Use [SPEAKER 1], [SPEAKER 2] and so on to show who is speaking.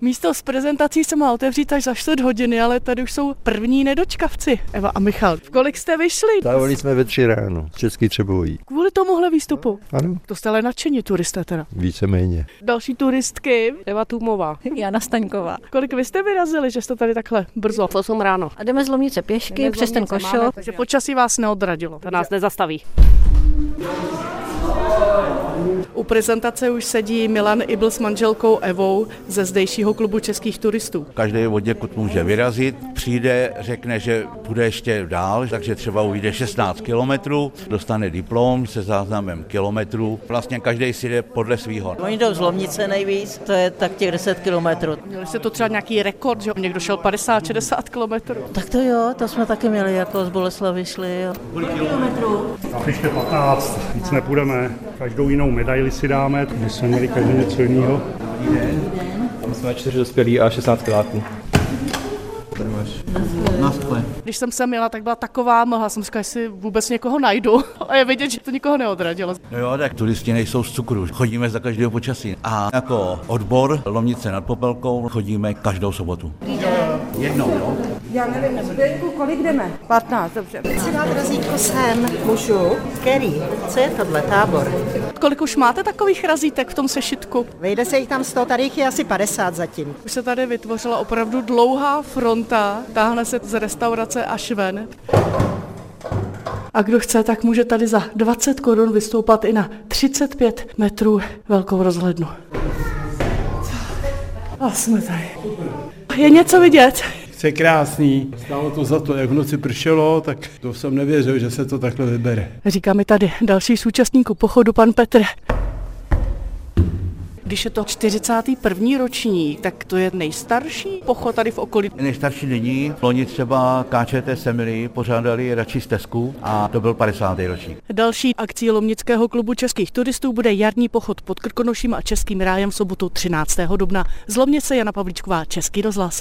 [SPEAKER 1] Místo s prezentací se má otevřít až za 4 hodiny, ale tady už jsou první nedočkavci. Eva a Michal, v kolik jste vyšli?
[SPEAKER 2] Dávali jsme ve tři ráno, český Třebojí.
[SPEAKER 1] Kvůli tomuhle výstupu.
[SPEAKER 2] Ano,
[SPEAKER 1] To jste ale nadšení turisté teda.
[SPEAKER 2] víceméně.
[SPEAKER 1] Další turistky,
[SPEAKER 3] Eva Tůmová.
[SPEAKER 4] Jana Staňková.
[SPEAKER 1] kolik vy jste vyrazili, že jste tady takhle brzo?
[SPEAKER 3] V 8 ráno.
[SPEAKER 4] A jdeme z Lomnice pěšky
[SPEAKER 3] Jdeme z
[SPEAKER 4] přes ten
[SPEAKER 3] Lomnice,
[SPEAKER 4] košov.
[SPEAKER 3] máme,
[SPEAKER 4] Máme...
[SPEAKER 3] takže
[SPEAKER 1] Že počasí vás neodradilo.
[SPEAKER 3] To nás nezastaví.
[SPEAKER 1] U prezentace už sedí Milan Ibl s manželkou Evou ze zdejšího klubu českých turistů.
[SPEAKER 5] Každý od někud může vyrazit, přijde, řekne, že půjde ještě dál, takže třeba ujde 16 kilometrů, dostane diplom se záznamem kilometrů. Vlastně každý si jde podle svého.
[SPEAKER 6] Oni jdou z Lomnice nejvíc, to je tak těch 10 kilometrů.
[SPEAKER 1] Měli jste to třeba nějaký rekord, že někdo šel 50-60 kilometrů.
[SPEAKER 6] Tak to jo, to jsme taky měli, jako z Boleslavy šli. Jo.
[SPEAKER 7] Na příště 15, víc nepůjdeme. Každou jinou medaili si dáme, my jsme měli každý něco jiného.
[SPEAKER 8] My jsme čtyři dospělí a 16 láků.
[SPEAKER 1] Když jsem sem jela, tak byla taková mlha, jsem říkala, jestli vůbec někoho najdu. A je vidět, že to nikoho neodradilo.
[SPEAKER 5] No jo, tak turisti nejsou z cukru, chodíme za každého počasí. A jako odbor Lomnice nad Popelkou chodíme každou sobotu. Jednou, jo?
[SPEAKER 9] Já nevím, Zdenku, kolik jdeme? 15, dobře.
[SPEAKER 6] Si dát razítko sem. Můžu? Který? Co je tohle tábor?
[SPEAKER 1] Kolik už máte takových razítek v tom sešitku?
[SPEAKER 6] Vejde se jich tam 100, tady jich je asi 50 zatím.
[SPEAKER 1] Už se tady vytvořila opravdu dlouhá fronta, táhne se z restaurace až ven. A kdo chce, tak může tady za 20 korun vystoupat i na 35 metrů velkou rozhlednu. A jsme tady. Je něco vidět?
[SPEAKER 10] To je krásný. Stálo to za to, jak v noci pršelo, tak to jsem nevěřil, že se to takhle vybere.
[SPEAKER 1] Říká mi tady další z účastníků pochodu, pan Petr. Když je to 41. roční, tak to je nejstarší pochod tady v okolí.
[SPEAKER 5] Nejstarší nyní, loni třeba KČT Semily pořádali radši stezku a to byl 50. ročník.
[SPEAKER 1] Další akcí Lomnického klubu českých turistů bude jarní pochod pod Krkonoším a Českým rájem v sobotu 13. dubna. Z Lomnice Jana Pavlíčková, Český rozhlas.